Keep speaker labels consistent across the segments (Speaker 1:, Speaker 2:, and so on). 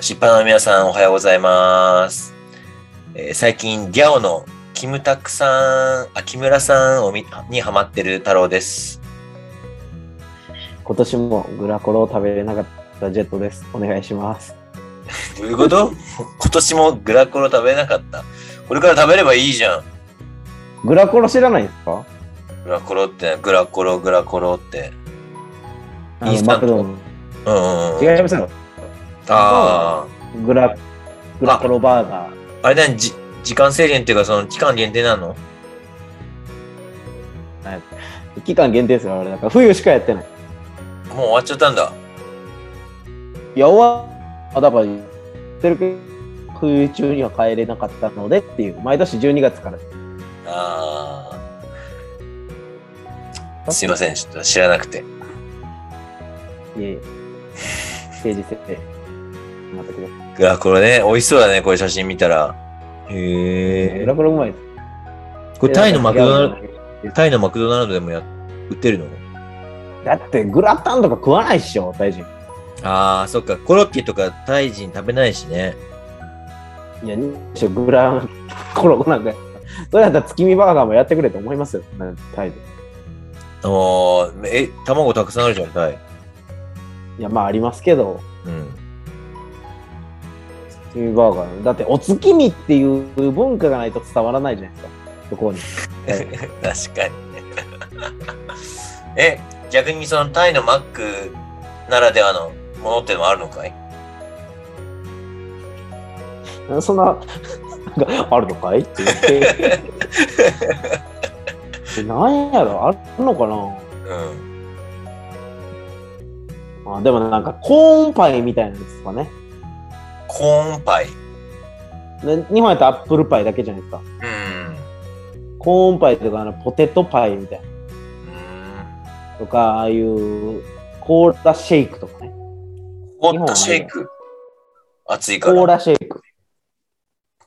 Speaker 1: 出版の皆さんおはようございます。えー最近、ギャオのキムタクさん、あ、木村さんをみにハマってる太郎です。
Speaker 2: 今年もグラコロを食べれなかったジェットです。お願いします。
Speaker 1: どういうこと 今年もグラコロ食べなかった。これから食べればいいじゃん。
Speaker 2: グラコロ知らないんですか
Speaker 1: グラコロって、グラコロ、グラコロって。
Speaker 2: あ
Speaker 1: イン
Speaker 2: の
Speaker 1: スタ
Speaker 2: マ
Speaker 1: ント
Speaker 2: クドの。
Speaker 1: うんうんうん。
Speaker 2: 違いますよ。
Speaker 1: あ
Speaker 2: グラ、グラコロバーガー。
Speaker 1: あ。あれだね、じ時間制限っていうか、その期間限定なの
Speaker 2: 期間限定ですよ、あれ。だから冬しかやってない。
Speaker 1: もう終わっちゃったんだ。
Speaker 2: いや、終わあだから、言ってるけど、冬中には帰れなかったのでっていう。毎年12月から。
Speaker 1: ああ。すいません、ちょっと知らなくて。
Speaker 2: いえいえ。政治設定。待ってください。
Speaker 1: グラコロね、美味しそうだね、これ写真見たら。へ
Speaker 2: グ
Speaker 1: え
Speaker 2: ラ。コロうまいです。
Speaker 1: これタイのマクドナル
Speaker 2: いや
Speaker 1: ド、タイのマクドナルドでもや売ってるの
Speaker 2: だってグラタンとか食わないっしょ、大臣。
Speaker 1: ああ、そっか、コロッケとかタイ人食べないしね。
Speaker 2: いや、グラコロなんか、それだったら月見バーガーもやってくれと思いますよ、なんて態度。
Speaker 1: おーえ、卵たくさんあるじゃん、タイ。
Speaker 2: いや、まあありますけど、
Speaker 1: うん。
Speaker 2: 月見バーガー。だって、お月見っていう文化がないと伝わらないじゃないですか、そこに。
Speaker 1: 確かにね。 え、逆にそのタイのマックならではのものってのもあるのかい
Speaker 2: そんな、なんかあるのかいって言って。え なんやろ、あるのかな
Speaker 1: うん。
Speaker 2: あでもなんか、コーンパイみたいなやつですかね。
Speaker 1: コーンパイ。
Speaker 2: で日本やったらアップルパイだけじゃないですか。
Speaker 1: うん。
Speaker 2: コーンパイとか、あのポテトパイみたいな。
Speaker 1: うん
Speaker 2: とか、ああいうコーラシェイクとかね。
Speaker 1: 凍ったシェイク。熱い
Speaker 2: コ
Speaker 1: から。
Speaker 2: ーラシェイク。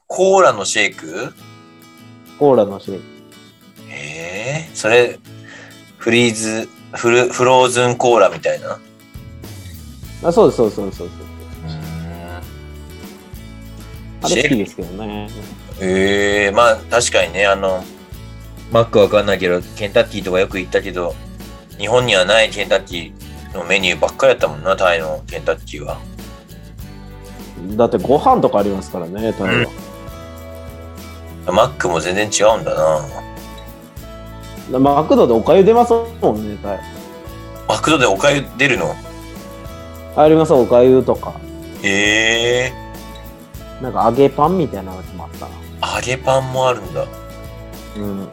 Speaker 1: コーラのシェイク
Speaker 2: コーラの種類。
Speaker 1: ええそれ、フリーズ、フル、フローズンコーラみたいな。
Speaker 2: あそうです、そうです、そうです。そうですあ
Speaker 1: シェ
Speaker 2: れ
Speaker 1: イ
Speaker 2: 好
Speaker 1: ク
Speaker 2: きですけどね。
Speaker 1: ええまあ確かにね、あの、マックわかんないけど、ケンタッキーとかよく行ったけど、日本にはないケンタッキーのメニューばっかりやったもんな、タイのケンタッキーは。
Speaker 2: だってご飯とかありますからね、タイは。
Speaker 1: マックも全然違うんだな。
Speaker 2: マクドでおかゆ出ますもんね、タイ。
Speaker 1: マクドでおかゆ出るの
Speaker 2: あります、おかゆとか。
Speaker 1: ええ
Speaker 2: なんか揚げパンみたいなやつもあったな。
Speaker 1: 揚げパンもあるんだ。
Speaker 2: うん。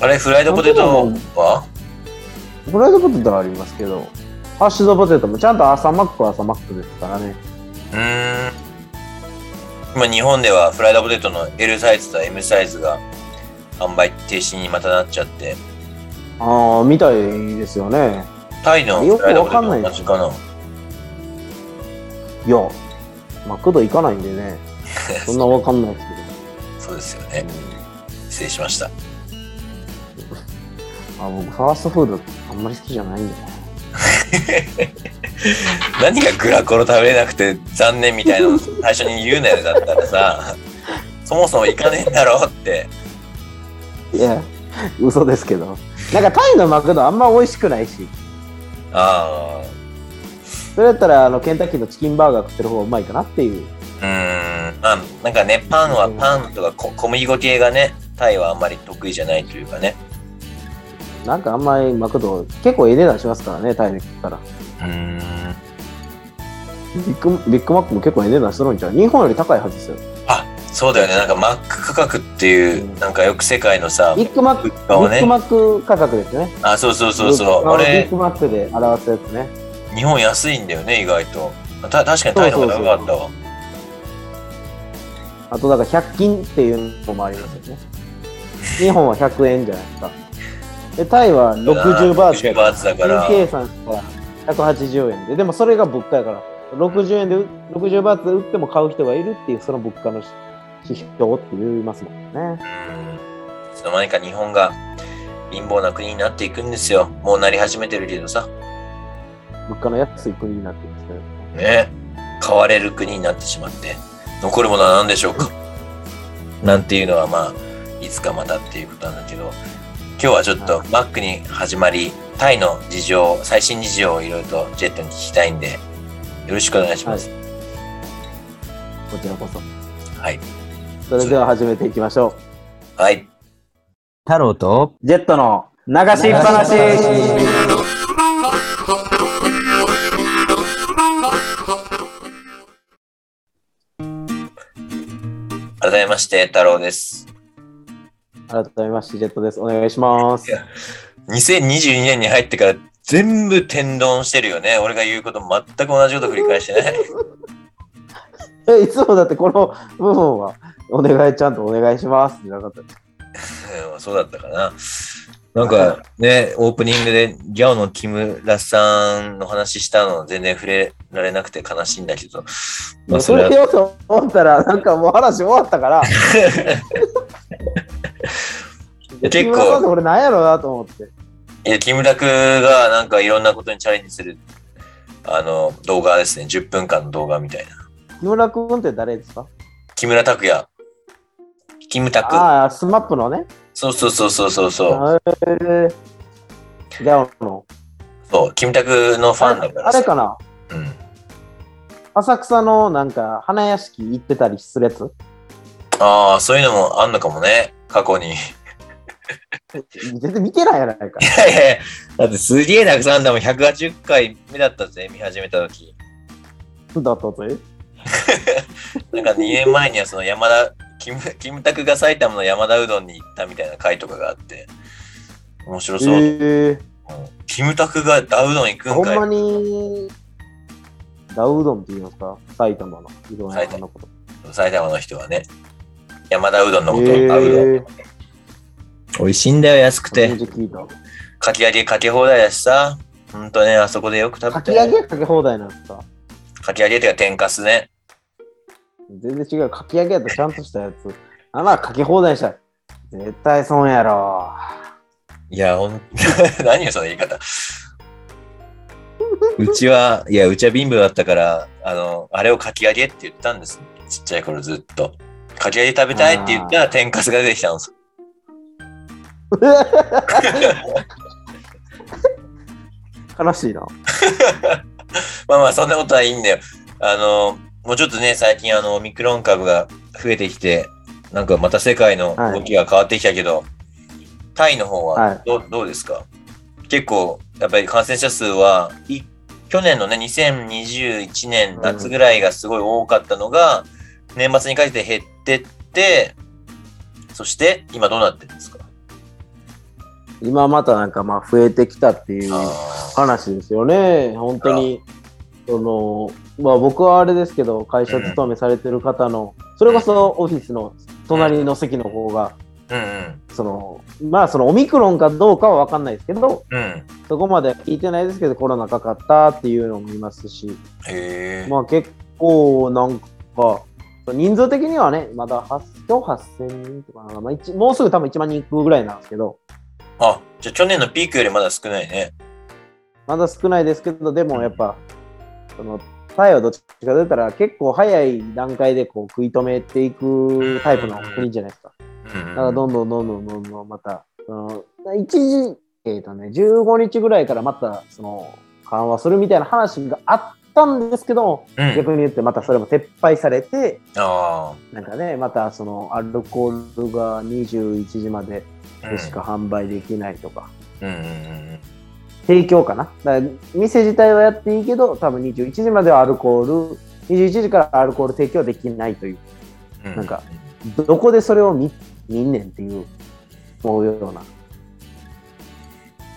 Speaker 1: あれ、フライドポテトは
Speaker 2: フライドポテトはありますけど、ハッシュドポテトもちゃんと朝マックは朝マックですからね。
Speaker 1: うーん。今日本ではフライドポテトの L サイズと M サイズが販売停止にまたなっちゃって、
Speaker 2: ああ、みたいですよね。
Speaker 1: タイのフライドポテトと同じかな。
Speaker 2: いや、マクド行かないんでね。そんなわかんないです
Speaker 1: そうですよ
Speaker 2: け
Speaker 1: ね
Speaker 2: ど。。うん
Speaker 1: 失礼しました。
Speaker 2: あ僕ファーストフードあんまり好きじゃないんだよね
Speaker 1: 何がグラコロ食べれなくて残念みたいなの最初に言うなよだったらさ、そもそも行かねえんだろうって。
Speaker 2: いや嘘ですけどなんかタイのマクドあんま美味しくないし
Speaker 1: あ
Speaker 2: それだったらあのケンタッキーのチキンバーガー食ってる方がうまいかなっていう
Speaker 1: あ、うーん、まあ、なんかね、パンはパンとかこ小麦粉系がね、タイはあんまり得意じゃないというかね。
Speaker 2: なんかあんまりマクド結構ええ値段しますからねタイで食ったら
Speaker 1: うーん。
Speaker 2: ビッグビッグマックも結構ええ値段するんちゃう日本より高いはずですよ
Speaker 1: あそうだよねなんかマック価格っていう、
Speaker 2: うん
Speaker 1: なんかよく世界のさ
Speaker 2: ビッグマック
Speaker 1: 物
Speaker 2: ビ
Speaker 1: 価を
Speaker 2: ッ
Speaker 1: ね
Speaker 2: グマック価格ですね
Speaker 1: あそうそうそうそう
Speaker 2: あのビッ
Speaker 1: 俺
Speaker 2: グマックで表すやつね
Speaker 1: 日本安いんだよね意外とた確かにタイの方が高かったわ
Speaker 2: あとだから100均っていうのもありますよね日本は100円じゃないですかでタイは60バーツ
Speaker 1: 60バーツだから
Speaker 2: 計算したら180円ででもそれが物価やから60円でう60バーツで売っても買う人がいるっていうその物価の指標って言いますもんね
Speaker 1: うんいつの間にか日本が貧乏な国になっていくんですよもうなり始めてるけどさ
Speaker 2: 物価の安い国になってますけど
Speaker 1: ね買われる国になってしまって残るものは何でしょうかなんていうのはまあいつかまたっていうことなんだけど今日はちょっとマックに始まりタイの事情最新事情をいろいろとジェットに聞きたいんでよろしくお願いします。
Speaker 2: こちらこそ。
Speaker 1: はい。
Speaker 2: それでは始めていきましょう。
Speaker 1: はい。
Speaker 3: 太郎と、
Speaker 2: ジェットの流しっぱなし。
Speaker 1: 改めまして太郎です。
Speaker 2: 改めまして、ジェットです。お願いします。
Speaker 1: 2022年に入ってから全部天丼してるよね。俺が言うこと全く同じこと繰り返してね。
Speaker 2: え、いつもだってこの部分は、お願いちゃんとお願いしますってなかった。
Speaker 1: うんそうだったかな。なんかね、オープニングでギャオのキムラさんの話したの全然触れられなくて悲しいんだけど、まあそ
Speaker 2: そ
Speaker 1: れ
Speaker 2: れ
Speaker 1: は、
Speaker 2: よと思ったら、なんかもう話終わっ たから、
Speaker 1: 構
Speaker 2: 木村さんって俺なんやろうなと思って。
Speaker 1: いや、キムラくがなんかいろんなことにチャレンジする、あの、動画ですね。10分間の動画みたいな。
Speaker 2: 木村くんって誰ですか
Speaker 1: 木村拓哉。キムタク。
Speaker 2: ああ、スマップのね。
Speaker 1: そうそうそうそうそうそう。
Speaker 2: あれギャオの。
Speaker 1: そう、キムタクのファンだから
Speaker 2: あ
Speaker 1: さ
Speaker 2: れかな
Speaker 1: うん。
Speaker 2: 浅草のなんか花屋敷行ってたりするやつ
Speaker 1: ああ、そういうのもあんのかもね。過去に。い
Speaker 2: 全然見てないやないか。
Speaker 1: やいやいや だってすげえたくさんあんだもん。180回目だったぜ、見始めた時。
Speaker 2: だったという。
Speaker 1: なんか2年前にはその山田、キム、キムタクが埼玉の山田うどんに行ったみたいな回とかがあって、面白そう。
Speaker 2: え
Speaker 1: キムタクがダウうどん行く
Speaker 2: ー、ほ
Speaker 1: ん
Speaker 2: ん
Speaker 1: か
Speaker 2: ま
Speaker 1: い
Speaker 2: に、ダウうどんって言いますか埼玉のうどん屋さんのこと。
Speaker 1: 埼玉の人はね。山田うどんのことを
Speaker 2: え
Speaker 1: ダウうどん。
Speaker 2: ー、
Speaker 1: 美味しいんだよ、安く
Speaker 2: 初め
Speaker 1: て。
Speaker 2: て聞いた。
Speaker 1: かき揚げかけ放題だしさ。ほんとね、あそこでよく食
Speaker 2: か
Speaker 1: べて。
Speaker 2: き揚げかけ放題なんですか
Speaker 1: かき揚げっていうか天かすね。
Speaker 2: 全然違う。かき揚げやったらちゃんとしたやつ。あら、かけ放題にしたら絶対損やろ。
Speaker 1: いや、ほん、 何よ、その言い方。うちは、いや、うちは貧乏だったから、あの、あれをかき揚げって言ったんです。ちっちゃい頃ずっと。かき揚げ食べたいって言ったら、天かすが出てきたの。
Speaker 2: 悲しいな。
Speaker 1: まあまあ、そんなことはいいんだよ。あの、もうちょっとね、最近、あの、オミクロン株が増えてきて、なんかまた世界の動きが変わってきたけど、タイの方
Speaker 2: は
Speaker 1: はいど,、うどうですか結構、やっぱり感染者数は、い去年のね、2021年夏ぐらいがすごい多かったのが、年末にかけて減ってって、そして、今どうなってるんですか
Speaker 2: 今またなんかまあ増えてきたっていう
Speaker 1: あー
Speaker 2: 話ですよね。本当に。そのまあ、僕はあれですけど、会社勤めされてる方の、それこそオフィスの隣の席の方が、
Speaker 1: うん
Speaker 2: そのまあ、そのオミクロンかどうかは分かんないですけど、
Speaker 1: うん。うん。
Speaker 2: そこまで聞いてないですけど、コロナかかったっていうのもいますし、
Speaker 1: へえ。
Speaker 2: まあ結構なんか、人数的にはね、まだ8今日8000人とかな、まあ一、もうすぐ多分1万人いくぐらいなんですけど、
Speaker 1: あ、じゃあ去年のピークよりまだ少ないね。
Speaker 2: まだ少ないですけど、でもやっぱ、そのタイはどっちかと言ったら、結構早い段階でこう食い止めていくタイプの国じゃないですか。
Speaker 1: うんう
Speaker 2: だ
Speaker 1: ん
Speaker 2: からどんどんどんどんどんどんまた、その一時、えっ、とね、15日ぐらいからまたその緩和するみたいな話があったんですけど、
Speaker 1: うん
Speaker 2: 逆に言ってまたそれも撤廃されて、
Speaker 1: あ
Speaker 2: なんかね、またそのアルコールが21時まで
Speaker 1: あ。
Speaker 2: でしか販売できないとか、
Speaker 1: うんうんうん
Speaker 2: 提供かな。だから店自体はやっていいけど、多分21時まではアルコール、21時からアルコール提供できないという、
Speaker 1: うん。う
Speaker 2: なんか、どこでそれを見見んねんっていう、思うような。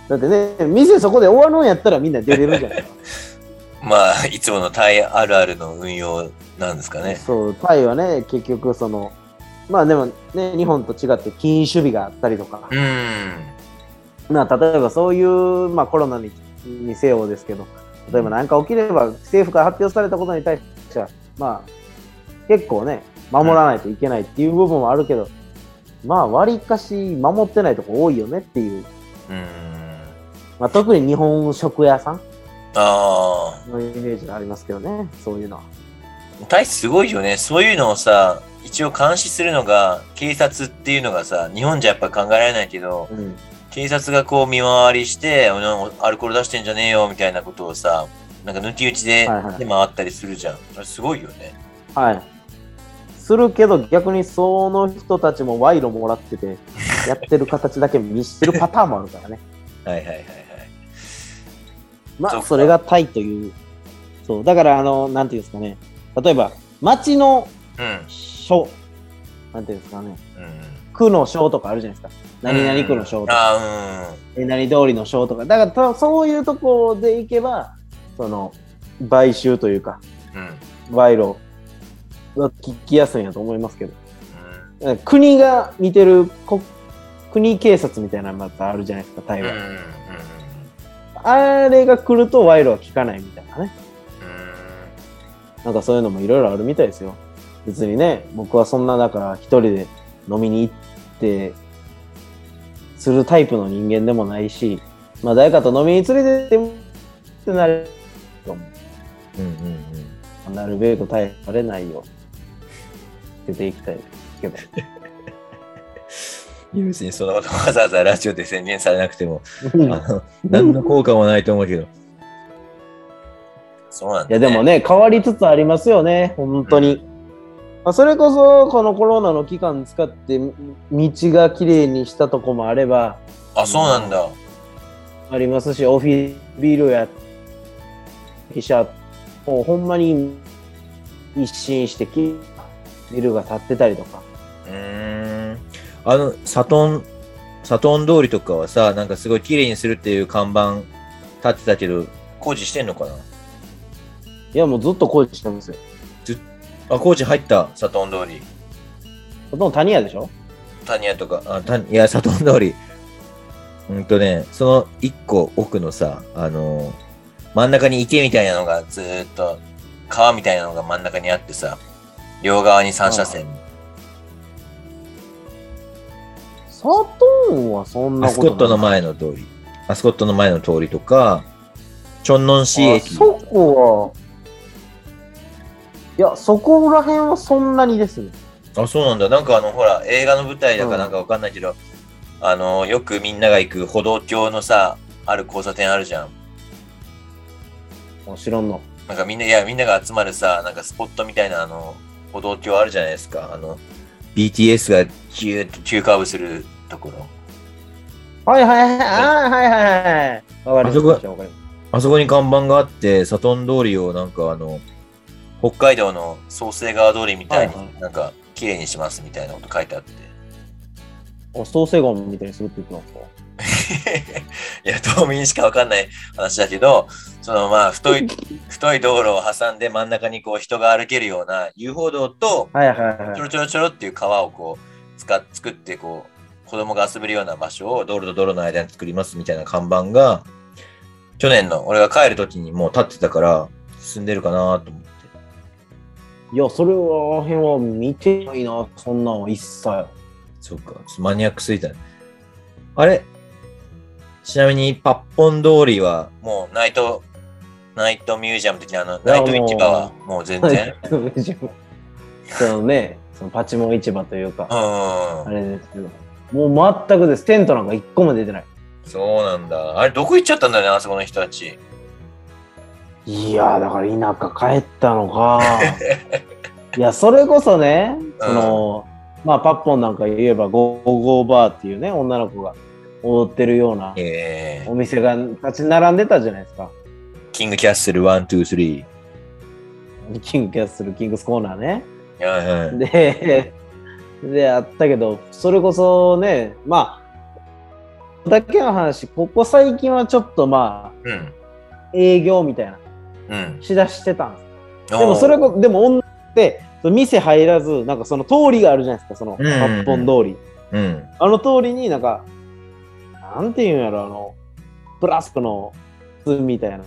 Speaker 2: だってね、店そこで終わるんやったらみんな出れるじゃないですか。
Speaker 1: まあ、いつものタイあるあるの運用なんですかね。
Speaker 2: そう、タイはね、結局その、まあでもね、日本と違って禁酒日があったりとか、
Speaker 1: うん。
Speaker 2: まあ、例えばそういう、まあ、コロナににせよですけど例えば何か起きれば政府から発表されたことに対しては、まあ、結構ね守らないといけないっていう部分はあるけど、まあ割りかし守ってないとこ多いよねっていう、
Speaker 1: うん。
Speaker 2: まあ、特に日本食屋さん
Speaker 1: ああ。
Speaker 2: のイメージがありますけどねそういうのは
Speaker 1: タイすごいよね。そういうのをさ、一応監視するのが警察っていうのがさ、日本じゃやっぱ考えられないけど、
Speaker 2: うん、
Speaker 1: 警察がこう見回りして、おなんかアルコール出してんじゃねえよみたいなことをさ、なんか抜き打ちで
Speaker 2: はいはい
Speaker 1: 手回ったりするじゃん。あれすごいよね。
Speaker 2: はい。するけど逆にその人たちも賄賂もらってて、やってる形だけ見してるパターンもあるからね。
Speaker 1: はいはいはいはい。
Speaker 2: ま
Speaker 1: そう
Speaker 2: あ、
Speaker 1: か
Speaker 2: それがタイという。そう。だから、あの、なんていうんですかね。例えば、町の
Speaker 1: うん。
Speaker 2: 書。なんていうんですかね。
Speaker 1: うん、
Speaker 2: 区の書とかあるじゃないですか。何々区の書とか、
Speaker 1: あ
Speaker 2: 何々通りの書とか。だからと、そういうとこでいけば、その、買収というか、
Speaker 1: あ、うん。うん。うん
Speaker 2: 賄賂は聞きやすいんやと思いますけど。国が見てるこ国警察みたいなのまたあるじゃないですか台
Speaker 1: うんうん
Speaker 2: 湾、
Speaker 1: うん
Speaker 2: あれが来ると賄賂は効かないみたいなね
Speaker 1: うん
Speaker 2: なんかそういうのもいろいろあるみたいですよ別にね僕はそんなだから一人で飲みに行ってするタイプの人間でもないしまあ誰かと飲みに連れてってってなると思
Speaker 3: うんうんうん。
Speaker 2: うなるべく耐えられないよ出ていきたいけど
Speaker 3: いや別にそんなことわざわざラジオで宣言されなくても、あ
Speaker 2: い
Speaker 3: の何の効果もないと思うけど。
Speaker 1: そうなんだ、ね。
Speaker 2: やでもね変わりつつありますよね本当に、まあ、それこそこのコロナの期間使って道がきれいにしたとこもあれば
Speaker 1: あ、そうなんだ。
Speaker 2: ありますしオフィスビルや汽車もうほんまに一新してきビルが建ってたりとか
Speaker 1: うーん。
Speaker 3: あの、サトン、サトン通りとかはさ、なんかすごい綺麗にするっていう看板立ってたけど、
Speaker 1: 工事してんのかない
Speaker 2: やもうずっと工事してますよ
Speaker 3: あ、工事入った。
Speaker 1: 佐藤通り。
Speaker 2: ほとんど谷屋でしょ
Speaker 1: 谷屋とか。
Speaker 3: あたいや、サトン通り。うんとね、その一個奥のさ、あの、
Speaker 1: 真ん中に池みたいなのがずーっと川みたいなのが真ん中にあってさ両側に3車線
Speaker 2: 佐藤はそんな
Speaker 3: アス
Speaker 2: こと
Speaker 3: コットの
Speaker 2: な
Speaker 3: 前
Speaker 2: い
Speaker 3: の通り。アスコットの前の通りとか、チョンノンシー
Speaker 2: あ
Speaker 3: 駅。
Speaker 2: そこはいやそこら辺はそんなにですね
Speaker 1: あそうなんだなんかあのほら映画の舞台だかなんかわかんないけど、あのよくみんなが行く歩道橋のさある交差点あるじゃん
Speaker 2: あ知らんの
Speaker 1: なんかみんないやみんなが集まるさなんかスポットみたいなあの歩道橋あるじゃないですかあの
Speaker 3: BTS が
Speaker 1: キューッと急カーブするところ
Speaker 2: はいはいはい、あーはいはいはい。わかりました。わかりまし
Speaker 3: あそこに看板があって、サトン通りをなんかあの、
Speaker 1: 北海道の創生川通りみたいに、
Speaker 2: はいは
Speaker 1: なんか綺麗にしますみたいなこと書いてあ って
Speaker 2: た。お創生ゴみたいにするって言ってますか
Speaker 1: いや、島民しかわかんない話だけど、そのまあ、太い、太い道路を挟んで真ん中にこう人が歩けるような遊歩道と、
Speaker 2: はいはい
Speaker 1: ちょ
Speaker 2: はい。
Speaker 1: ろちょろちょろっていう川をこう、使っ作ってこう、子供が遊べるような場所を道路と道路の間に作りますみたいな看板が、去年の俺が帰る時にもう立ってたから、進んでるかなと思って。
Speaker 2: いや、それは、辺は見てないな、そんなんは一切。
Speaker 3: そうか、ちょっとマニアックすぎたね。あれちなみに、パッポン通りは、
Speaker 1: もうナイト、ナイトミュージアム的なあの、ナイト市場はもう全然。
Speaker 2: そのね、そのパチモン市場という
Speaker 1: う
Speaker 2: か、
Speaker 1: ん
Speaker 2: あ。れですけど、もう全くです。テントなんか一個も出てない。
Speaker 1: そうなんだ。あれ、どこ行っちゃったんだよね、あそこの人たち。
Speaker 2: いやー、だから田舎帰ったの か。いや、それこそね、その、まあ、パッポンなんか言えば、ゴーゴーバーっていうね、女の子が踊ってるような。
Speaker 1: ええ
Speaker 2: お店が立ち並んでたじゃないですか。
Speaker 3: キングキャッスル1、2、
Speaker 2: キングキャッスル、キングスコーナーね。
Speaker 1: いや
Speaker 3: 3。はいはい。
Speaker 2: で、で、あったけど、それこそね、まあ、だけの話、ここ最近はちょっとま
Speaker 1: うん。
Speaker 2: あ、営業みたいな、
Speaker 1: うん。
Speaker 2: しだしてたんです。
Speaker 1: で
Speaker 2: でもそれこ、でも女って、その店入らず、なんかその通りがあるじゃないですか、その、
Speaker 3: うんうんうん
Speaker 2: 八本通り。
Speaker 3: うん。
Speaker 2: あの通りになんか、なんていうんやろ、あの、プラスチックの筒みたいな、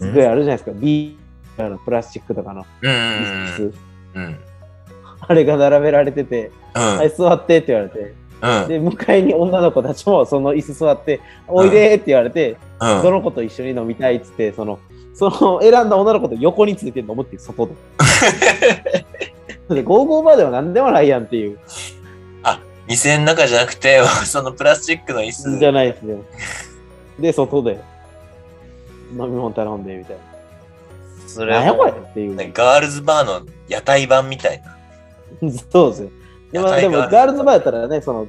Speaker 2: すごいあるじゃないですか、ビールのプラスチックとかの
Speaker 1: うん
Speaker 2: 椅子、
Speaker 1: うんうん。
Speaker 2: あれが並べられてて、
Speaker 1: うん。
Speaker 2: はい、座ってって言われて、
Speaker 1: うん。
Speaker 2: で、向かいに女の子たちもその椅子座って、おいでって言われて、
Speaker 1: うん
Speaker 2: そ の子と一緒に飲みたいっつって、その、その選んだ女の子と横について飲むっていう、外で。で、ゴーゴーバーでは何でもないやんっていう、
Speaker 1: 店の中じゃなくて、 そのプラスチックの椅子。
Speaker 2: じゃないですね。で、外で飲み物頼んでみたい
Speaker 1: そ
Speaker 2: な。
Speaker 1: れ
Speaker 2: なんや
Speaker 1: は
Speaker 2: これ
Speaker 1: も
Speaker 2: っていう
Speaker 1: う、。ね、ガールズバーの屋台版みたいな。
Speaker 2: そうですよ。で
Speaker 1: 屋
Speaker 2: も、
Speaker 1: 台
Speaker 2: でもガールズバーやったらね、その、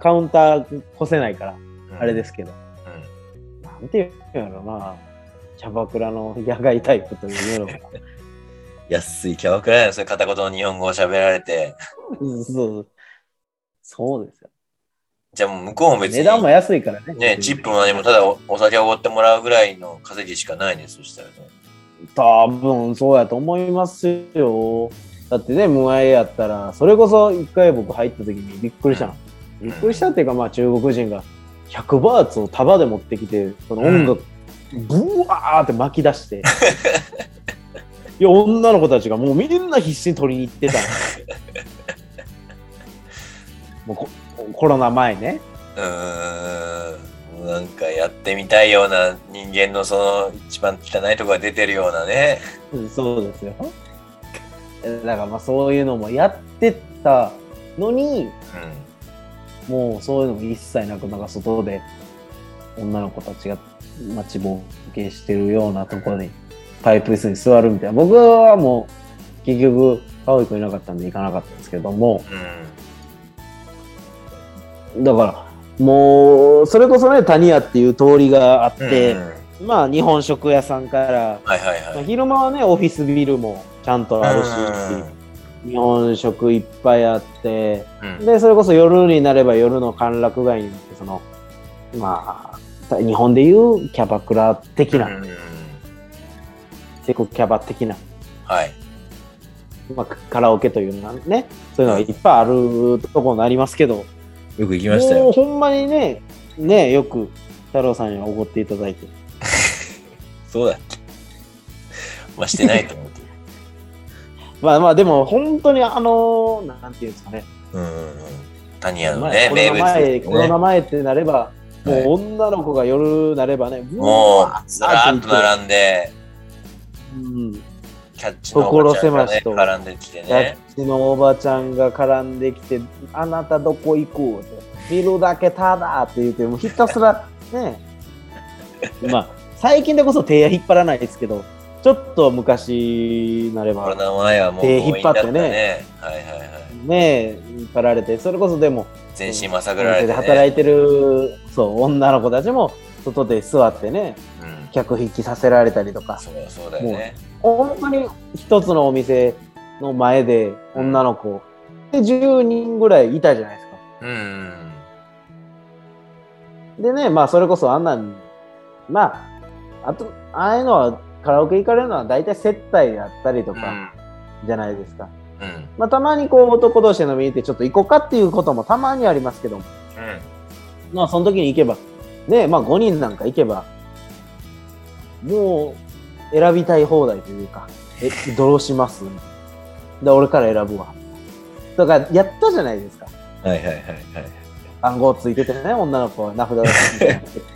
Speaker 2: カウンター越せないから、
Speaker 1: うん
Speaker 2: あれですけど。
Speaker 1: うん
Speaker 2: なんていうんやろな。キャバクラの野外タイプというのか。
Speaker 3: 安いキャ
Speaker 1: キャバクラやん、それ片言の日本語を喋られて。
Speaker 2: そうそう。そうですよ。
Speaker 1: じゃあもう向こうも別に。
Speaker 2: 値段も安いからね。
Speaker 1: ね、チップも何もただおお酒をおごってもらうぐらいの稼ぎしかないね、そしたらね。
Speaker 2: 多分そうやと思いますよ。だってね、無愛やったら、それこそ一回僕入った時にびっくりしたの。びっくりしたっていうか、まあ中国人が100バーツを束で持ってきて、その音楽、ブワーって巻き出して。いや、女の子たちがもうみんな必死に取りに行って たのもうココロナ前ね。
Speaker 1: うーん、なんかやってみたいような人間のその一番汚いとこが出てるようなね。
Speaker 2: うんそうですよ。だからまあそういうのもやってたのに、もうそういうのも一切なく、なんか外で女の子たちが待ちぼうけしてるようなところにパイプ椅子に座るみたいな。僕はもう結局、葵くんいなかったんで行かなかったんですけども、
Speaker 1: うん、うん、
Speaker 2: だからもう、それこそね、谷屋っていう通りがあっ
Speaker 1: うん
Speaker 2: て、まあ日本食屋さんから、
Speaker 1: はいはい
Speaker 2: ま
Speaker 1: は
Speaker 2: あ
Speaker 1: い。
Speaker 2: 昼間はね、オフィスビルもちゃんとあるしっていう、日本食いっぱいあって、
Speaker 1: うんうん
Speaker 2: で、それこそ夜になれば夜の歓楽街になって、その、まあ、日本でいうキャバクラ的な、
Speaker 1: うん
Speaker 2: セコキャバ的な、
Speaker 1: はい。
Speaker 2: まあ、カラオケというのはね、そういうのがいっぱいあるとこになりますけど、
Speaker 3: よく行きました
Speaker 2: もう
Speaker 3: よ。
Speaker 2: ほんまにね、ね、よく太郎さんにはおごっていただいて、
Speaker 3: そうだ。
Speaker 1: まあ、してないと思うけど。
Speaker 2: まあまあ、でも本当にあの、なんていうんですかね、
Speaker 3: うんうんうん。
Speaker 1: タニアのね、
Speaker 2: 前コロ
Speaker 1: 名物。
Speaker 2: ナ
Speaker 3: すね
Speaker 2: 前、コロナ前ってなれば、も
Speaker 3: はいう
Speaker 2: 女の子が夜なればね、
Speaker 1: も
Speaker 2: わー
Speaker 1: う、ずらーっと並んで、
Speaker 2: うん
Speaker 1: キャッチのおばちゃんがね、
Speaker 2: 所狭しと
Speaker 1: 絡んできて
Speaker 2: やっ
Speaker 1: ね。
Speaker 2: ちのおばちゃんが絡んできて、あなたどこ行くって、見るだけただって言って、もうひたすら、ね。まあ、最近でこそ手引っ張らないですけど、ちょっと昔なれ
Speaker 1: コロ
Speaker 2: ば、
Speaker 1: ナ前はもう、
Speaker 2: 手引っ張っ
Speaker 1: 強
Speaker 2: てね
Speaker 1: 引だたはいはいはい。
Speaker 2: ね、引っ張られて、それこそでも、
Speaker 1: 全身まさ
Speaker 2: お
Speaker 1: ぐられて、
Speaker 2: 店で
Speaker 1: ね。
Speaker 2: 働いてる、そう、女の子たちも、外で座ってね、
Speaker 1: うん。
Speaker 2: 客引きさせられたりとか、
Speaker 1: そうそうだよね。
Speaker 2: 本当に一つのお店の前で、女の子、で10人ぐらいいたじゃないですか。
Speaker 1: うん。
Speaker 2: でね、まあ、それこそあんなん、まあ、あと、ああいうのは、カラオケ行かれるのは大体接待であったりと
Speaker 1: う
Speaker 2: か
Speaker 1: ん。
Speaker 2: じゃないですか。
Speaker 1: うん。
Speaker 2: まあ、たまにこう、男同士で飲みに行ってちょっと行こうかっていうこともたまにありますけども、
Speaker 1: うん。
Speaker 2: まあ、その時に行けば、ね、まあ、5人なんか行けば、もう、選びたい放題というか、え、どうしますで、俺から選ぶわ。だから、やったじゃないですか。
Speaker 3: はいはいはいはい。
Speaker 2: 暗号ついててね、女の子は名札出してみたいな。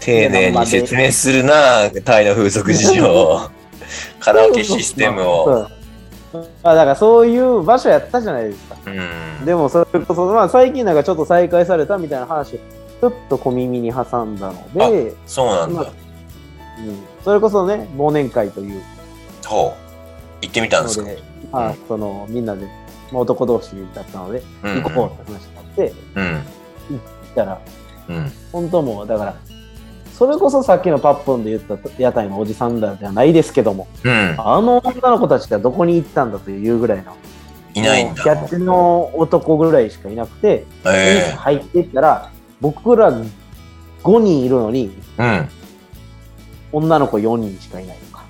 Speaker 1: 丁寧に説明するな、タイの風俗事 情。カラオケシステムを。
Speaker 2: そうまあだからそういう場所やったじゃないですか。
Speaker 1: うん。
Speaker 2: でもそれこそ、まあ、最近なんかちょっと再開されたみたいな話をちょっと小耳に挟んだので、うん、
Speaker 1: そうなんだ。
Speaker 2: それこそね忘年会という
Speaker 1: ほう。行ってみたんです
Speaker 2: の
Speaker 1: か。
Speaker 2: で、まあ、そのみんなで、まあ、男同士だったので
Speaker 1: うん
Speaker 2: 行こうって話になって行
Speaker 1: うん。
Speaker 2: ったら
Speaker 1: うん。
Speaker 2: 本当もうだからそれこそさっきのパッポンで言った屋台のおじさんだじゃないですけども
Speaker 1: うん。
Speaker 2: あの女の子たちがどこに行ったんだというぐらいの
Speaker 1: いないんだ
Speaker 2: キ。ャッチの男ぐらいしかいなくて、
Speaker 1: え
Speaker 2: 入っていったら、僕ら5人いるのに、
Speaker 1: えうん。
Speaker 2: 女の子4人しかいないとか。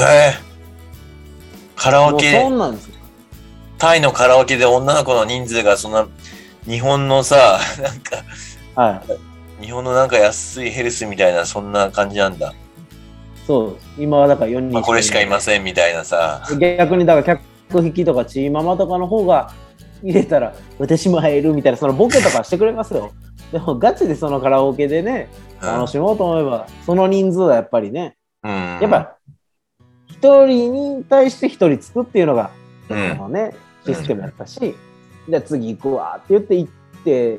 Speaker 1: ええカラ
Speaker 2: も
Speaker 1: オ
Speaker 2: う
Speaker 1: ケ
Speaker 2: そ、んなんですよ。
Speaker 1: タイのカラオケで女の子の人数がそんな、日本のさ、なんか、
Speaker 2: はい。
Speaker 1: 日本のなんか安いヘルスみたいな、そんな感じなんだ。
Speaker 2: そうです。今はだから4人
Speaker 1: まあこれしかいま
Speaker 2: ん。
Speaker 1: せんみたいなさ。
Speaker 2: 逆にだから客引きとかチーママとかの方が入れたら、私も入るみたいな、そのボケとかしてくれますよ。 でもガチでそのカラオケでね、
Speaker 1: うん
Speaker 2: 楽しもうと思えば、その人数はやっぱりね、
Speaker 1: うん。
Speaker 2: やっぱ一一人に対して一人つくっていうのが、
Speaker 1: う
Speaker 2: あ
Speaker 1: ん。
Speaker 2: のね、システムだったし、じゃあ次行くわって言って行って、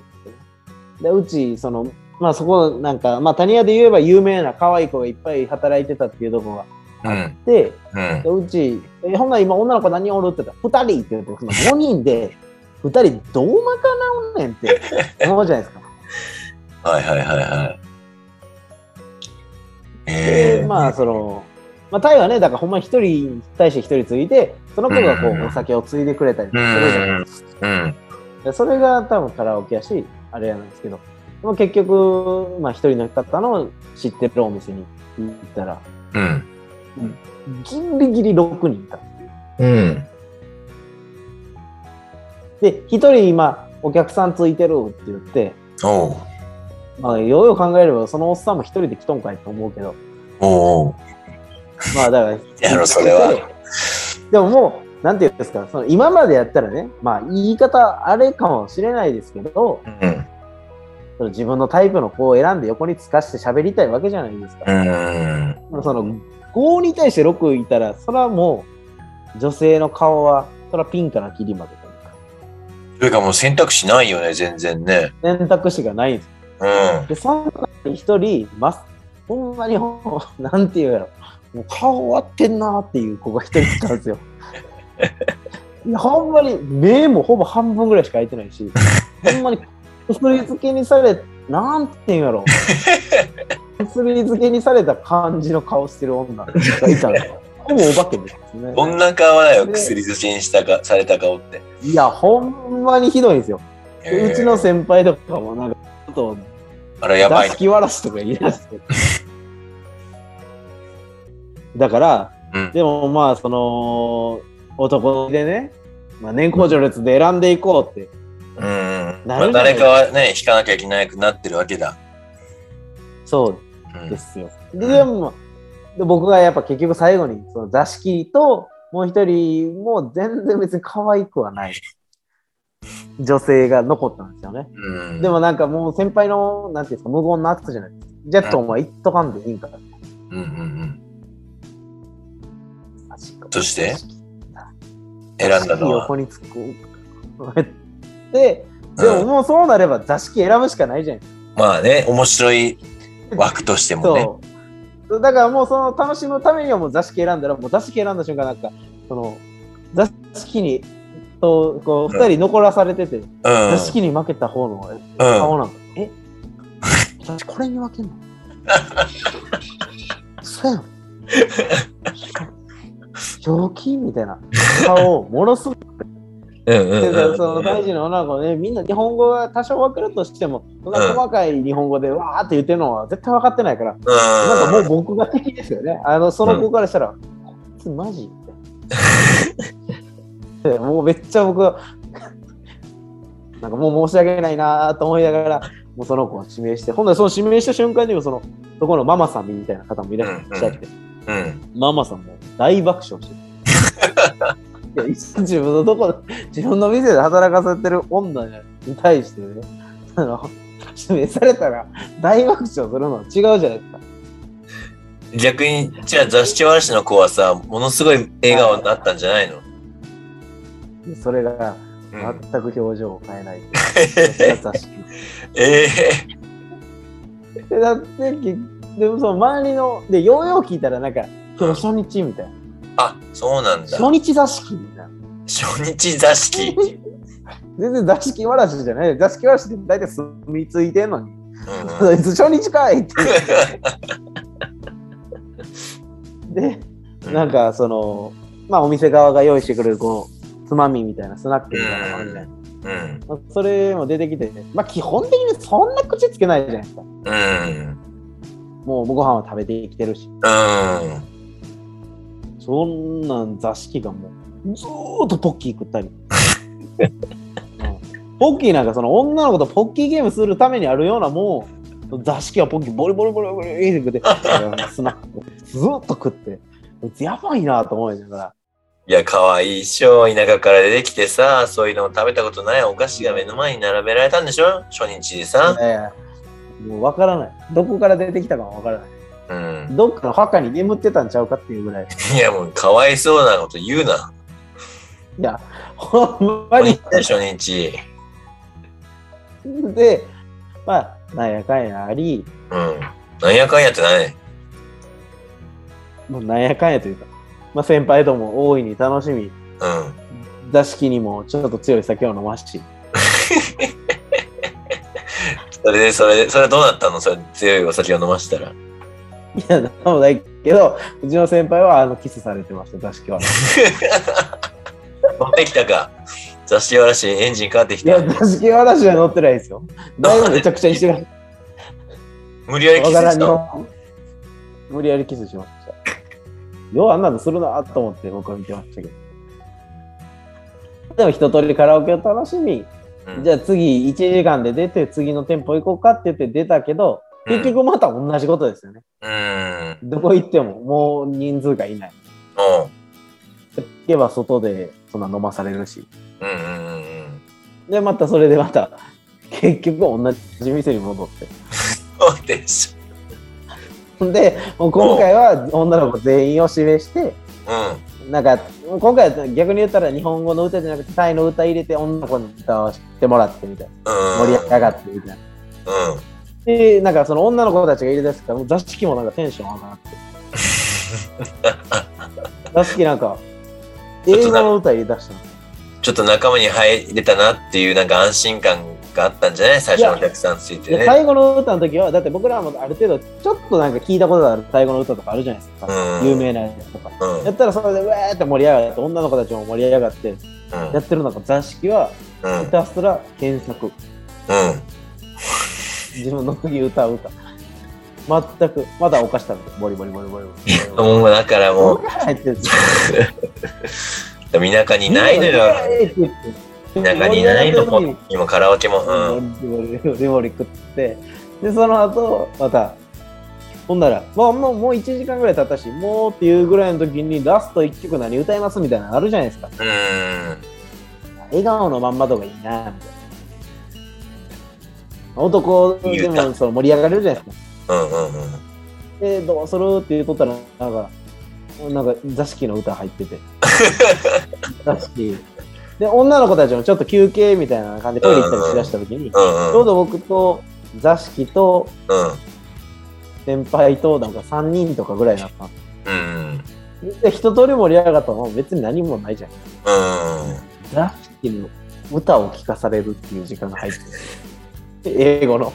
Speaker 2: でうち、その、まあそこなんか、まあ谷屋で言えば有名な可愛い子がいっぱい働いてたっていうところが
Speaker 1: う
Speaker 2: あっ
Speaker 1: ん。
Speaker 2: て、
Speaker 1: うん
Speaker 2: で。うち、えほんなら今女の子何人おるって言ったら、2人って言って、その5人で、2人どう賄うねんって思うじゃないですか。
Speaker 1: はいはいはいはい。え
Speaker 2: で
Speaker 1: え。
Speaker 2: まあその、まあ、タイはね、だからほんま一人に対して一人ついて、その子がこ
Speaker 1: うん
Speaker 2: うお酒をついでくれたりす
Speaker 1: う
Speaker 2: るじゃないですか。
Speaker 1: ん。うん。
Speaker 2: でそれが多分カラオケやし、あれやなんですけど、でも結局、まあ、一人の方の知ってるお店に行ったら、
Speaker 1: うん。
Speaker 2: ギリギリ6人いた。
Speaker 3: うん。
Speaker 2: で、一人今、お客さんついてるって言って、
Speaker 1: おう。
Speaker 2: まあ、ようよう考えれば、そのおっさんも一人で来とんかいと思うけど、
Speaker 1: おうおう。
Speaker 2: まあ、だ から、
Speaker 1: やろそれは。
Speaker 2: でももう、なんていうんですか、その今までやったらね、まあ、言い方あれかもしれないですけど、
Speaker 1: うん。
Speaker 2: その自分のタイプの子を選んで横につかして喋りたいわけじゃないですか。
Speaker 1: うん。
Speaker 2: その5に対して6いたら、それはもう女性の顔は、それはピンからキリまでという
Speaker 1: というかもう選択肢ないよね、全然ね。
Speaker 2: か、選択肢がないんです。
Speaker 1: うん。
Speaker 2: で、そんなに一人、ます、ほんまにほん、なんて言うやろ、もう顔割ってんなーっていう子が一人いたんですよ。いやほんまに目もほぼ半分ぐらいしか開いてないし、ほんまに薬漬けにされ、なんて言うんやろ。薬漬けにされた感じの顔してる女がいたんですよ。ほぼお化けですね。
Speaker 1: こんな顔だよ、
Speaker 2: ね
Speaker 1: 薬漬けにしたか、された顔って。
Speaker 2: いや、ほんまにひどいんですよ。でうちの先輩とかも、なんか、ちょっと、
Speaker 1: あれやば
Speaker 2: 出
Speaker 1: い
Speaker 2: す。気わらしとか言い出して。だから、
Speaker 1: うん。
Speaker 2: でもまあ、その、男でね、まあ、年功序列で選んでいこうって。
Speaker 1: うん。ま
Speaker 2: な
Speaker 1: あ
Speaker 2: るじゃな
Speaker 1: 誰
Speaker 2: い
Speaker 1: かはね、引かなきゃいけなくなってるわけだ。
Speaker 2: そううんですよ。で、でも、で僕がやっぱ結局最後に、その座敷と、もう一人、もう全然別に可愛くはない。女性が残ったんですよね。
Speaker 1: うん。
Speaker 2: でもなんかもう先輩の、なんていうんですか、無言の圧じゃないですか。ジェットンは言っとかんでいいんかな。
Speaker 1: うんうんうん。
Speaker 2: ど
Speaker 1: そして選んだのは。
Speaker 2: 横につく。 で、で
Speaker 1: う
Speaker 2: も
Speaker 1: ん
Speaker 2: もうそうなれば座敷選ぶしかないじゃないですか。
Speaker 1: まあね、面白い枠としてもね。
Speaker 2: そう。だからもうその楽しむためにはもう座敷選んだら、もう座敷選んだ瞬間なんか、その、座敷に、と、こう、
Speaker 1: うん
Speaker 2: 二人残らされてて、
Speaker 1: うん。
Speaker 2: 座敷に負けた方の
Speaker 1: うん。
Speaker 2: 顔なんか、え私これに分けんのそうやん。正気みたいな顔をものすごく
Speaker 3: うんうん
Speaker 2: で
Speaker 3: うんうん。
Speaker 2: その大事な女の子ね、みんな日本語が多少分かるとしても、そんな細かい日本語でわーって言ってるのは絶対分かってないから、なんかもう僕が敵ですよね。あのその子からしたら、こいつマジ って。でもうめっちゃ僕は、 なんかもう申し訳ないなーと思いながら、もうその子を指名して、ほんでその指名した瞬間にもその、そこのママさんみたいな方もいらっしゃって、
Speaker 1: うん。うん。
Speaker 2: ママさんも大爆笑 してるいや自分のとこ自分の店で働かせてる女に対してねあの指名されたら大爆笑するのは違うじゃないですか
Speaker 1: 逆に、じゃあ雑誌わらしの子はさ、ものすごい笑顔になったんじゃないの
Speaker 2: でそれが
Speaker 1: う
Speaker 2: 全
Speaker 1: ん。
Speaker 2: く表情を変えないっていうのが雑誌
Speaker 1: ええ。
Speaker 2: でだってきでもその周りのでようよう聞いたらなんか今日初日みたいな
Speaker 1: あ、そうなんだ。
Speaker 2: 初日座敷みたいな
Speaker 1: 初日座敷。
Speaker 2: 全然座敷わらしじゃない座敷わらしって大体住み着いてんのに
Speaker 1: うん
Speaker 2: そいつ初日かいってでなんかそのまあお店側が用意してくれるこうつまみみたいなスナックみたいなのあるじゃない
Speaker 1: うん。
Speaker 2: まあそれも出てきて、まあ基本的にそんな口つけないじゃないですか
Speaker 1: うん。
Speaker 2: もうご飯は食べてきてるし
Speaker 1: うん。
Speaker 2: そんなん座敷がもうずーっとポッキー食ったり、 うんポッキーなんかその女の子とポッキーゲームするためにあるようなもう座敷はポッキーボリボリボリボリって食って スナックをずーっと食ってこいつやばいなと思いながら
Speaker 1: いや、可愛いっしょ。田舎から出てきてさ、そういうのを食べたことないお菓子が目の前に並べられたんでしょ初日にさ。
Speaker 2: ええもう分からない。どこから出てきたかは分からない。
Speaker 1: うん。
Speaker 2: どっかの墓に眠ってたんちゃうかっていうぐらい。
Speaker 1: いや、もう、かわいそうなこと言うな。
Speaker 2: いや、ほんまに。
Speaker 1: 初日。
Speaker 2: で、まあ、なんやかんやあり、
Speaker 1: うん。なんやかんやってない。
Speaker 2: もうなんやかんやというか、まあ、先輩とも大いに楽しみ、
Speaker 1: うん。
Speaker 2: 座敷にもちょっと強い酒を飲まし、
Speaker 1: それで、それで、それはどうなったのそれ強いお酒を飲ましたら。
Speaker 2: いや、なんもないけど、うちの先輩はあのキスされてました、座敷は。
Speaker 1: 乗ってきたか。雑誌わらし、エンジンかかってき
Speaker 2: い
Speaker 1: た
Speaker 2: や、。座敷話は乗ってないですよ。だいぶめちゃくちゃにして る。
Speaker 1: 無理やりキ
Speaker 2: わ
Speaker 1: ス
Speaker 2: から
Speaker 1: し
Speaker 2: ん
Speaker 1: た
Speaker 2: 日
Speaker 1: の。
Speaker 2: 本無理やりキスしました。ようあんなのするなと思って僕は見てましたけど。でも一通りカラオケを楽しみ、
Speaker 1: うん
Speaker 2: じゃあ次1時間で出て次の店舗行こうかって言って出たけど、
Speaker 1: うん
Speaker 2: 結局また同じことですよね。
Speaker 1: うん。
Speaker 2: どこ行ってももう人数がいない。
Speaker 1: おう
Speaker 2: 行けば外でそんな飲まされるし。
Speaker 1: うんうんうんうん。
Speaker 2: で、またそれでまた 結局同じ店に戻って。
Speaker 1: そうでし
Speaker 2: で、もう今回は女の子全員を指名して、
Speaker 1: ょ。うん。
Speaker 2: なんか今回は逆に言ったら日本語の歌じゃなくてタイの歌入れて女の子に歌わせてもらってみたいな。
Speaker 1: 盛
Speaker 2: 盛り上がってみたいな。
Speaker 1: うん。
Speaker 2: で、なんかその女の子たちが入れ出すから、もう座敷もなんかテンション上がって。座敷なんか、
Speaker 1: ょっ
Speaker 2: 映
Speaker 1: とな
Speaker 2: 画の歌入れ出したの。
Speaker 1: ちょっと仲間に入れたなっていうなんか安心感があったんじゃない最初のお客さんについて
Speaker 2: で
Speaker 1: ね。
Speaker 2: 最後の歌の時は、だって僕らもある程度、ちょっとなんか聞いたことある最後の歌とかあるじゃないですか。
Speaker 1: うん
Speaker 2: 有名なやつとか。
Speaker 1: うん。うん
Speaker 2: やったらそれでうわーって盛り上がって、女の子たちも盛り上がって、やってる中、座敷は
Speaker 1: うん
Speaker 2: ひたすら検索。
Speaker 1: うん。
Speaker 2: 自分の次歌う歌。全く、まだお菓子食べて、ボリボリボリボリボリボリ。
Speaker 1: もうだからも
Speaker 2: 僕ら入ってる
Speaker 1: う、みなかにないのよ。みなかにないのも、今カラオケも。うん。
Speaker 2: 料理料理料理食ってでその後またほんならもうもうもう1時間ぐらい経ったしもうっていうぐらいの時にラスト1曲何歌いますみたいなのあるじゃないですか
Speaker 1: うん。
Speaker 2: 笑顔のまんまとかいいなみたいな男で
Speaker 1: 言う
Speaker 2: もその盛り上がれるじゃないですか
Speaker 1: うんうんうん。
Speaker 2: でどうするって言うとったらなんかなんか座敷の歌入ってて座敷で女の子たちもちょっと休憩みたいな感じでトイレ行ったりしだした時に
Speaker 1: うん
Speaker 2: ちょ
Speaker 1: う。
Speaker 2: うんど僕と座敷と
Speaker 1: うん。
Speaker 2: 先輩となんか3人とかぐらいになったん
Speaker 1: うん。
Speaker 2: ですで一通り盛り上がったのは別に何もないじゃん
Speaker 1: うん。
Speaker 2: 座敷の歌を聴かされるっていう時間が入ってる英語の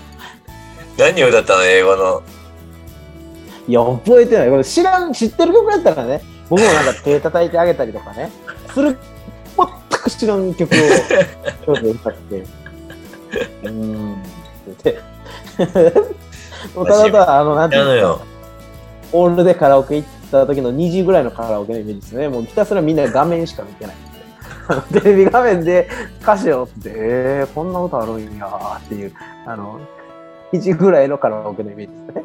Speaker 1: 何を歌ったの英語の。
Speaker 2: いや覚えてないこれ知らん知ってる曲やったらね僕もなんか手叩いてあげたりとかねする全く知らん曲をちょっと歌って うーんって言って もうただただあのなんてい
Speaker 1: な
Speaker 2: うの
Speaker 1: のよ。
Speaker 2: オールでカラオケ行った時の2時ぐらいのカラオケのイメージですね。もうひたすらみんな画面しか見てない。テレビ画面で 歌詞を追って、えー、こんな歌あるんやーっていう、あの、1時ぐらいのカラオケのイメージですね。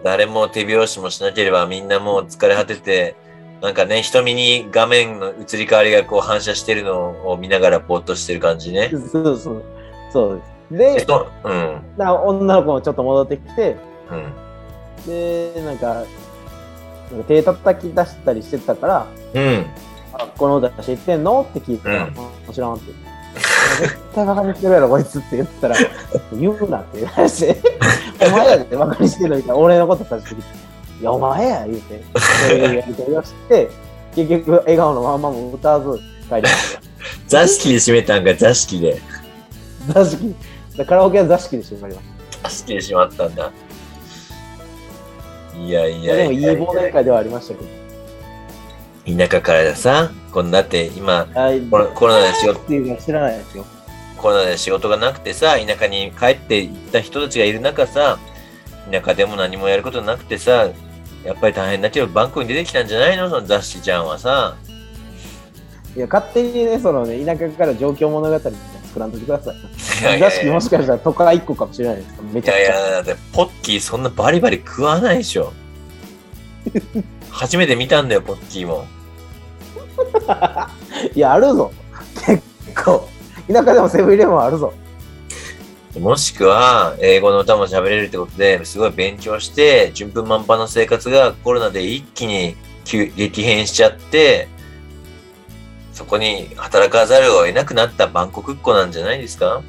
Speaker 1: 誰も手拍子もしなければみんなもう疲れ果てて、なんかね、瞳に画面の移り変わりがこう反射してるのを見ながらぼーっとしてる感じね。
Speaker 2: そうそう。そうです。で、
Speaker 1: そううん。
Speaker 2: な女の子もちょっと戻ってきて、
Speaker 1: うん。
Speaker 2: で、なんか、なんか手叩き出したりしてたから、
Speaker 1: うん。
Speaker 2: あこの歌知ってんのって聞いたら、
Speaker 1: うん
Speaker 2: もちろんって。絶対バカにしてるやろ、こいつって 言ったら、言うなって言われて、お前やでバカにしてるみたいな、俺のことさしてきて、いや、お前や言うて、そういうやり取りをして、結局、笑顔のまんまも歌わず帰りまし
Speaker 1: 座敷で締めたんか、座敷で。
Speaker 2: た。座敷、カラオケは座敷でしまりまし
Speaker 1: 座敷で締まったんだ。いやい
Speaker 2: た。
Speaker 1: や
Speaker 2: でも、いい忘年会ではありましたけど、
Speaker 1: 田舎からさ、こんなって今、
Speaker 2: はい、
Speaker 1: コロコロナで仕事
Speaker 2: っていうのは知らないですよ。
Speaker 1: コロナで仕事がなくてさ、田舎に帰って行った人たちがいる中さ、田舎でも何もやることなくてさ、やっぱり大変だけど、バンコクに出てきたんじゃないのその雑誌ちゃんはさ。
Speaker 2: いや、勝手にね、そのね、田舎から状況物語みたいなの作らんといてください。
Speaker 1: いやい
Speaker 2: 座
Speaker 1: や
Speaker 2: 敷
Speaker 1: いや
Speaker 2: もしかしたら都会一個かもしれないです。め
Speaker 1: い
Speaker 2: ちゃく
Speaker 1: やい
Speaker 2: ちゃ。
Speaker 1: やだってポッキーそんなバリバリ食わないでしょ。初めて見たんだよ、ポッキーも。
Speaker 2: いや、あるぞ。結構。田舎でもセブンイレブンはあるぞ。
Speaker 1: もしくは、英語の歌も喋れるってことで、すごい勉強して、順風満帆な生活がコロナで一気に急激変しちゃって、そこに働かざるを得なくなったバンコクっ子なんじゃないですか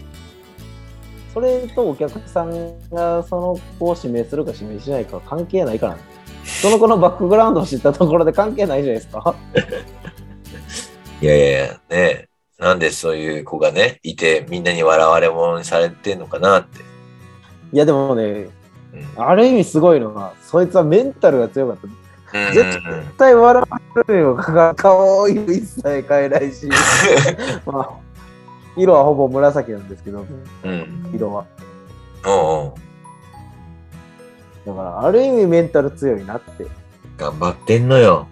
Speaker 2: それとお客さんがその子を指名するか指名しないかは関係ないからねその子のバックグラウンドを知ったところで関係ないじゃないですか。
Speaker 1: いやいやいや、ねなんでそういう子がね、いて、みんなに笑われ者にされてんのかなって。
Speaker 2: いやでもね、
Speaker 1: うん
Speaker 2: ある意味すごいのは、そいつはメンタルが強かった。絶
Speaker 1: うん
Speaker 2: 絶対笑われるよ。顔色一切変えないし、まあ、色はほぼ紫なんですけど、
Speaker 1: うんうん。うん。
Speaker 2: 色は。
Speaker 1: おうおう
Speaker 2: だから、ある意味メンタル強いなって。
Speaker 1: 頑張ってんのよ。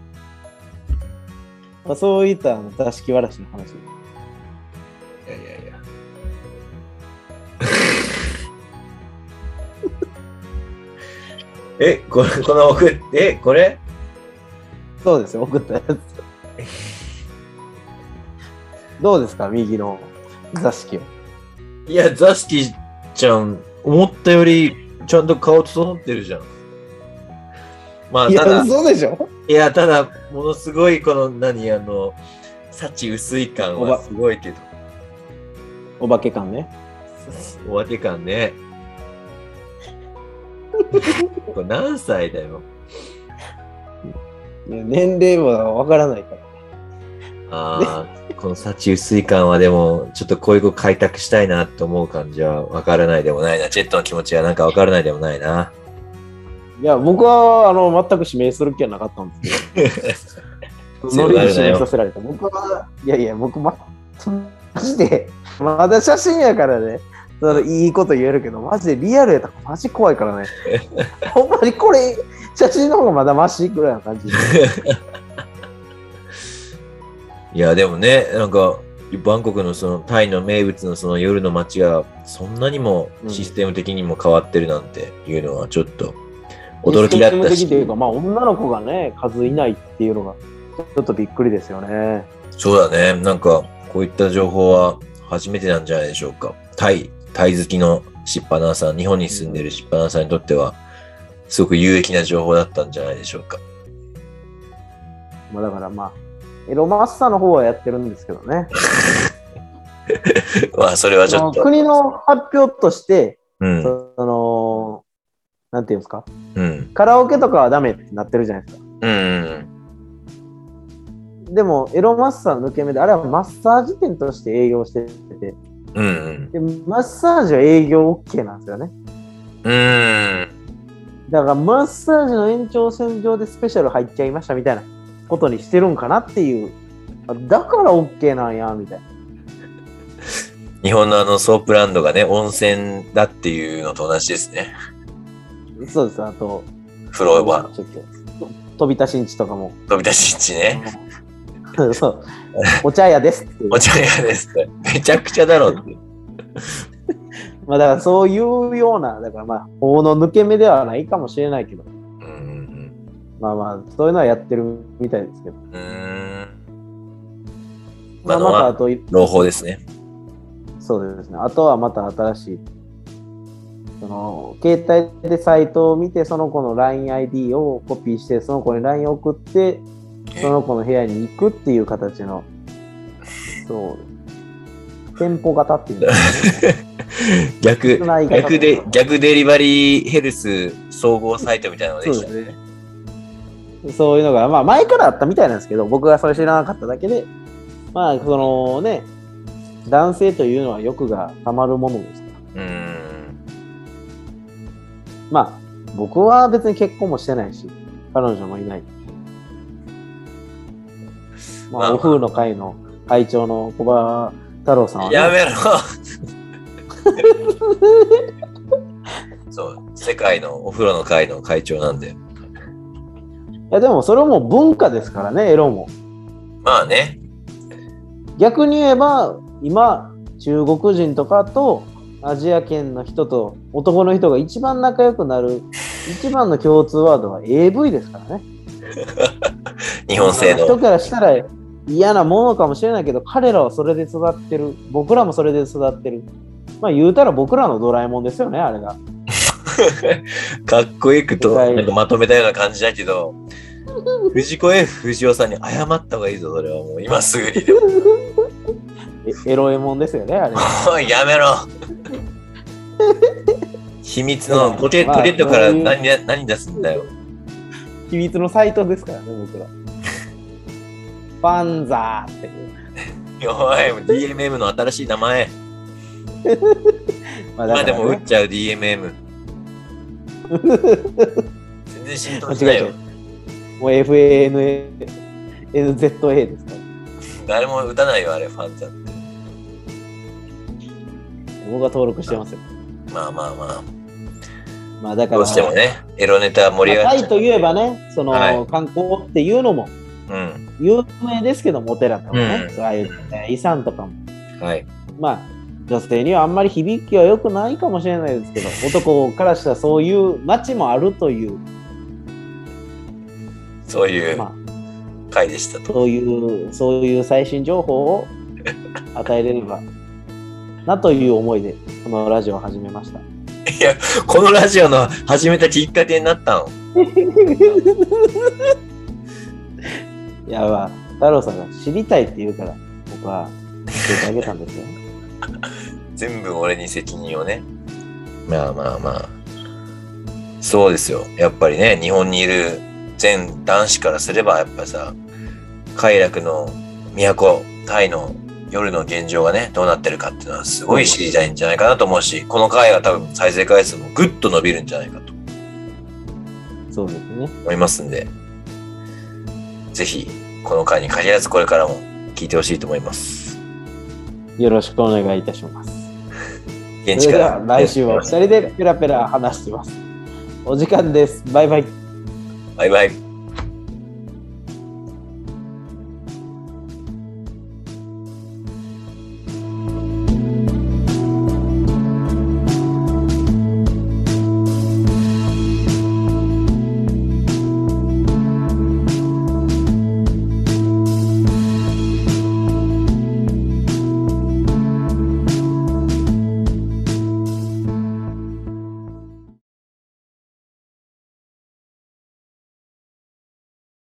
Speaker 2: まあ、そういったあの座敷わらしの話。
Speaker 1: いやいやいや。 え、これ、この送っえ、これ
Speaker 2: そうですよ、送ったやつ。どうですか、右の座敷を。
Speaker 3: いや、ザスキちゃん、思ったより、ちゃんと顔整ってるじゃん。まあ、
Speaker 2: い
Speaker 3: ただ
Speaker 2: や、、嘘でしょ
Speaker 3: いや、ただ、ものすごい、この、何、あの、幸薄い感
Speaker 2: お
Speaker 3: は
Speaker 2: ば
Speaker 3: すごい けど、
Speaker 2: お化け感ね。
Speaker 3: お化け感ね。 これ何歳だよ。
Speaker 2: いや年齢はわからないから。
Speaker 3: ああ、この幸薄い感はでも、ちょっとこういう子開拓したいなと思う感じはわからないでもないな。ジェットの気持ちはなんかわからないでもない な。
Speaker 2: いや、僕はあの全く指名する気はなかったんですけど、
Speaker 3: 強
Speaker 2: ノ
Speaker 3: が
Speaker 2: リ
Speaker 3: る
Speaker 2: で
Speaker 3: なよ
Speaker 2: 指名させられた。僕は、いやいや、僕、ま、マジで、まだ写真やからね、そのいいこと言えるけど、マジでリアルやったらマジ怖いか らね。ほんまにこれ、写真の方がまだマシぐらいな感じで。
Speaker 3: いや、でもね、なんか、バンコクのそのタイの名物のその夜の街がそんなにもシステム的にも変わってるなんていうのはちょっと驚きだっ
Speaker 2: システム
Speaker 3: た
Speaker 2: 的とい
Speaker 3: し
Speaker 2: う、か、まあ、女の子がね、数いないっていうのが、ちょっとびっくりですよね。
Speaker 3: そうだね、なんかこういった情報は初めてなんじゃないでしょうか。タイ、タイ好きのしっぱなさん、日本に住んでるしっぱなさんにとってはすごく有益な情報だったんじゃないでしょうか。
Speaker 2: まあ、だからまあ、エロマッサの方はやってるんですけどね。
Speaker 1: まあ、それはち
Speaker 2: あ
Speaker 1: ょ
Speaker 2: の
Speaker 1: っと。
Speaker 2: 国の発表として、
Speaker 3: うん、
Speaker 2: その、なんていうんですか、
Speaker 3: うん、
Speaker 2: カラオケとかはダメってなってるじゃないですか。
Speaker 1: うんうん。
Speaker 2: でも、エロマッサーの抜け目で、あれはマッサージ店として営業してて、
Speaker 1: うんうん。
Speaker 2: でマッサージは営業 OK なんですよね。
Speaker 1: うん。
Speaker 2: だから、マッサージの延長線上でスペシャル入っちゃいましたみたいなことにしてるんかなっていう、あだから OK なんや、みたいな。
Speaker 1: 日本のあのソープランドがね、温泉だっていうのと同じですね。
Speaker 2: そうです、あと、
Speaker 1: 風呂場、
Speaker 2: ちょっと、飛び出しんちとかも、
Speaker 1: 飛び出し地ね。
Speaker 2: そう、お茶屋ですっていう
Speaker 1: お茶屋ですって。めちゃくちゃだろって。
Speaker 2: まあだからそういうような、だからまあ法の抜け目ではないかもしれないけど、
Speaker 1: うんうん
Speaker 2: まあまあそういうのはやってるみたいですけど、
Speaker 1: うん。うーん。
Speaker 2: ま
Speaker 1: 今
Speaker 2: あ
Speaker 1: の
Speaker 2: またあ
Speaker 1: は
Speaker 2: と、
Speaker 1: 朗報ですね。
Speaker 2: そうですね、あとはまた新しい、その携帯でサイトを見て、その子の LINEID をコピーして、その子に LINE を送って、その子の部屋に行くっていう形の、そう、店舗型っていうんですかね
Speaker 3: 逆
Speaker 2: 少ない方
Speaker 1: 逆で、逆デリバリーヘルス総合サイトみたいなのができ
Speaker 2: そう
Speaker 1: た。
Speaker 2: ですね。そういうのが、まあ前からあったみたいなんですけど、僕がそれ知らなかっただけで、まあそのね、男性というのは欲がたまるものですから。
Speaker 1: うーん。
Speaker 2: まあ僕は別に結婚もしてないし、彼女もいない。ま
Speaker 1: まあ
Speaker 2: あ、お風の会の会長の小葉太郎さんは、ね、
Speaker 1: や めろそう、世界のお風呂の会の会長なんで。
Speaker 2: いやでもそれはもう文化ですからね、エロも。
Speaker 1: まあね。
Speaker 2: 逆に言えば今中国人とかとアジア圏の人と男の人が一番仲良くなる一番の共通ワードは AV ですからね。
Speaker 1: 日本製
Speaker 2: 人
Speaker 1: の。
Speaker 2: からしたら嫌なものかもしれないけど彼らはそれで育ってる僕らもそれで育ってるまあ言うたら僕らのドラえもんですよね、あれ が。
Speaker 1: かっこよくと
Speaker 2: 了解
Speaker 1: なんかまとめたような感じだけど、藤子 F 不二雄さんに謝った方がいいぞ、それはもう今すぐにでも。
Speaker 2: えエロえもんですよね、あれ。
Speaker 1: おい、やめろ秘密のポケ
Speaker 2: まあ
Speaker 1: ポケットから
Speaker 2: そういう
Speaker 1: 何,、何出すんだよ。
Speaker 2: 秘密のサイトですからね、僕ら。バンザーっていう。
Speaker 1: おい、DMM の新しい名前。
Speaker 2: まあ
Speaker 1: まあ
Speaker 2: だ
Speaker 1: で
Speaker 2: から
Speaker 1: も打っ
Speaker 2: ね、
Speaker 1: ちゃう DMM。全然浸透しな
Speaker 2: 間
Speaker 1: い
Speaker 2: 違え
Speaker 1: よ
Speaker 2: ちゃ。もう FANZA ですから。
Speaker 1: 誰も打たないよ、あれ、ファンザって。
Speaker 2: 僕は登録してますよ。
Speaker 1: まあまあまあ、
Speaker 2: まあだから、
Speaker 1: どうしてもね、エロネタ盛り上
Speaker 2: まあ
Speaker 1: がっちゃ
Speaker 2: タイ
Speaker 1: う
Speaker 2: といえばね、その、
Speaker 1: はい
Speaker 2: 観光っていうのも
Speaker 1: うん。
Speaker 2: 有名ですけども、お寺とかね、
Speaker 1: う
Speaker 2: そうああいうね遺産とかも。
Speaker 1: はい。
Speaker 2: まあ女性にはあんまり響きは良くないかもしれないですけど、男からしたらそういう街もあるという、
Speaker 1: そういう
Speaker 2: ま
Speaker 1: 回でした
Speaker 2: あ、
Speaker 1: と。
Speaker 2: そういう、そういう最新情報を与えれればなという思いで、このラジオを始めました。
Speaker 1: このラジオの始めたきっかけになったの。
Speaker 2: いや、まあ、太郎さんが知りたいって言うから、僕は教えてあげたんですよ。
Speaker 1: 全部俺に責任をね。まあまあまあ。そうですよ。やっぱりね、日本にいる全男子からすれば、やっぱさ、快楽の都、タイの夜の現状がね、どうなってるかっていうのはすごい知りたいんじゃないかなと思うし、この回が多分再生回数もぐっと伸びるんじゃないかと
Speaker 2: そうですね。
Speaker 1: 思いますんで、ぜひ、この回に限らずこれからも聞いてほしいと思います。
Speaker 2: よろしくお願いいたします。
Speaker 1: 現
Speaker 2: そ
Speaker 1: 地か
Speaker 2: れで
Speaker 1: ら
Speaker 2: は。来週は2人でペラペラ話してます。お時間です。バイバイ。
Speaker 1: バイバイ。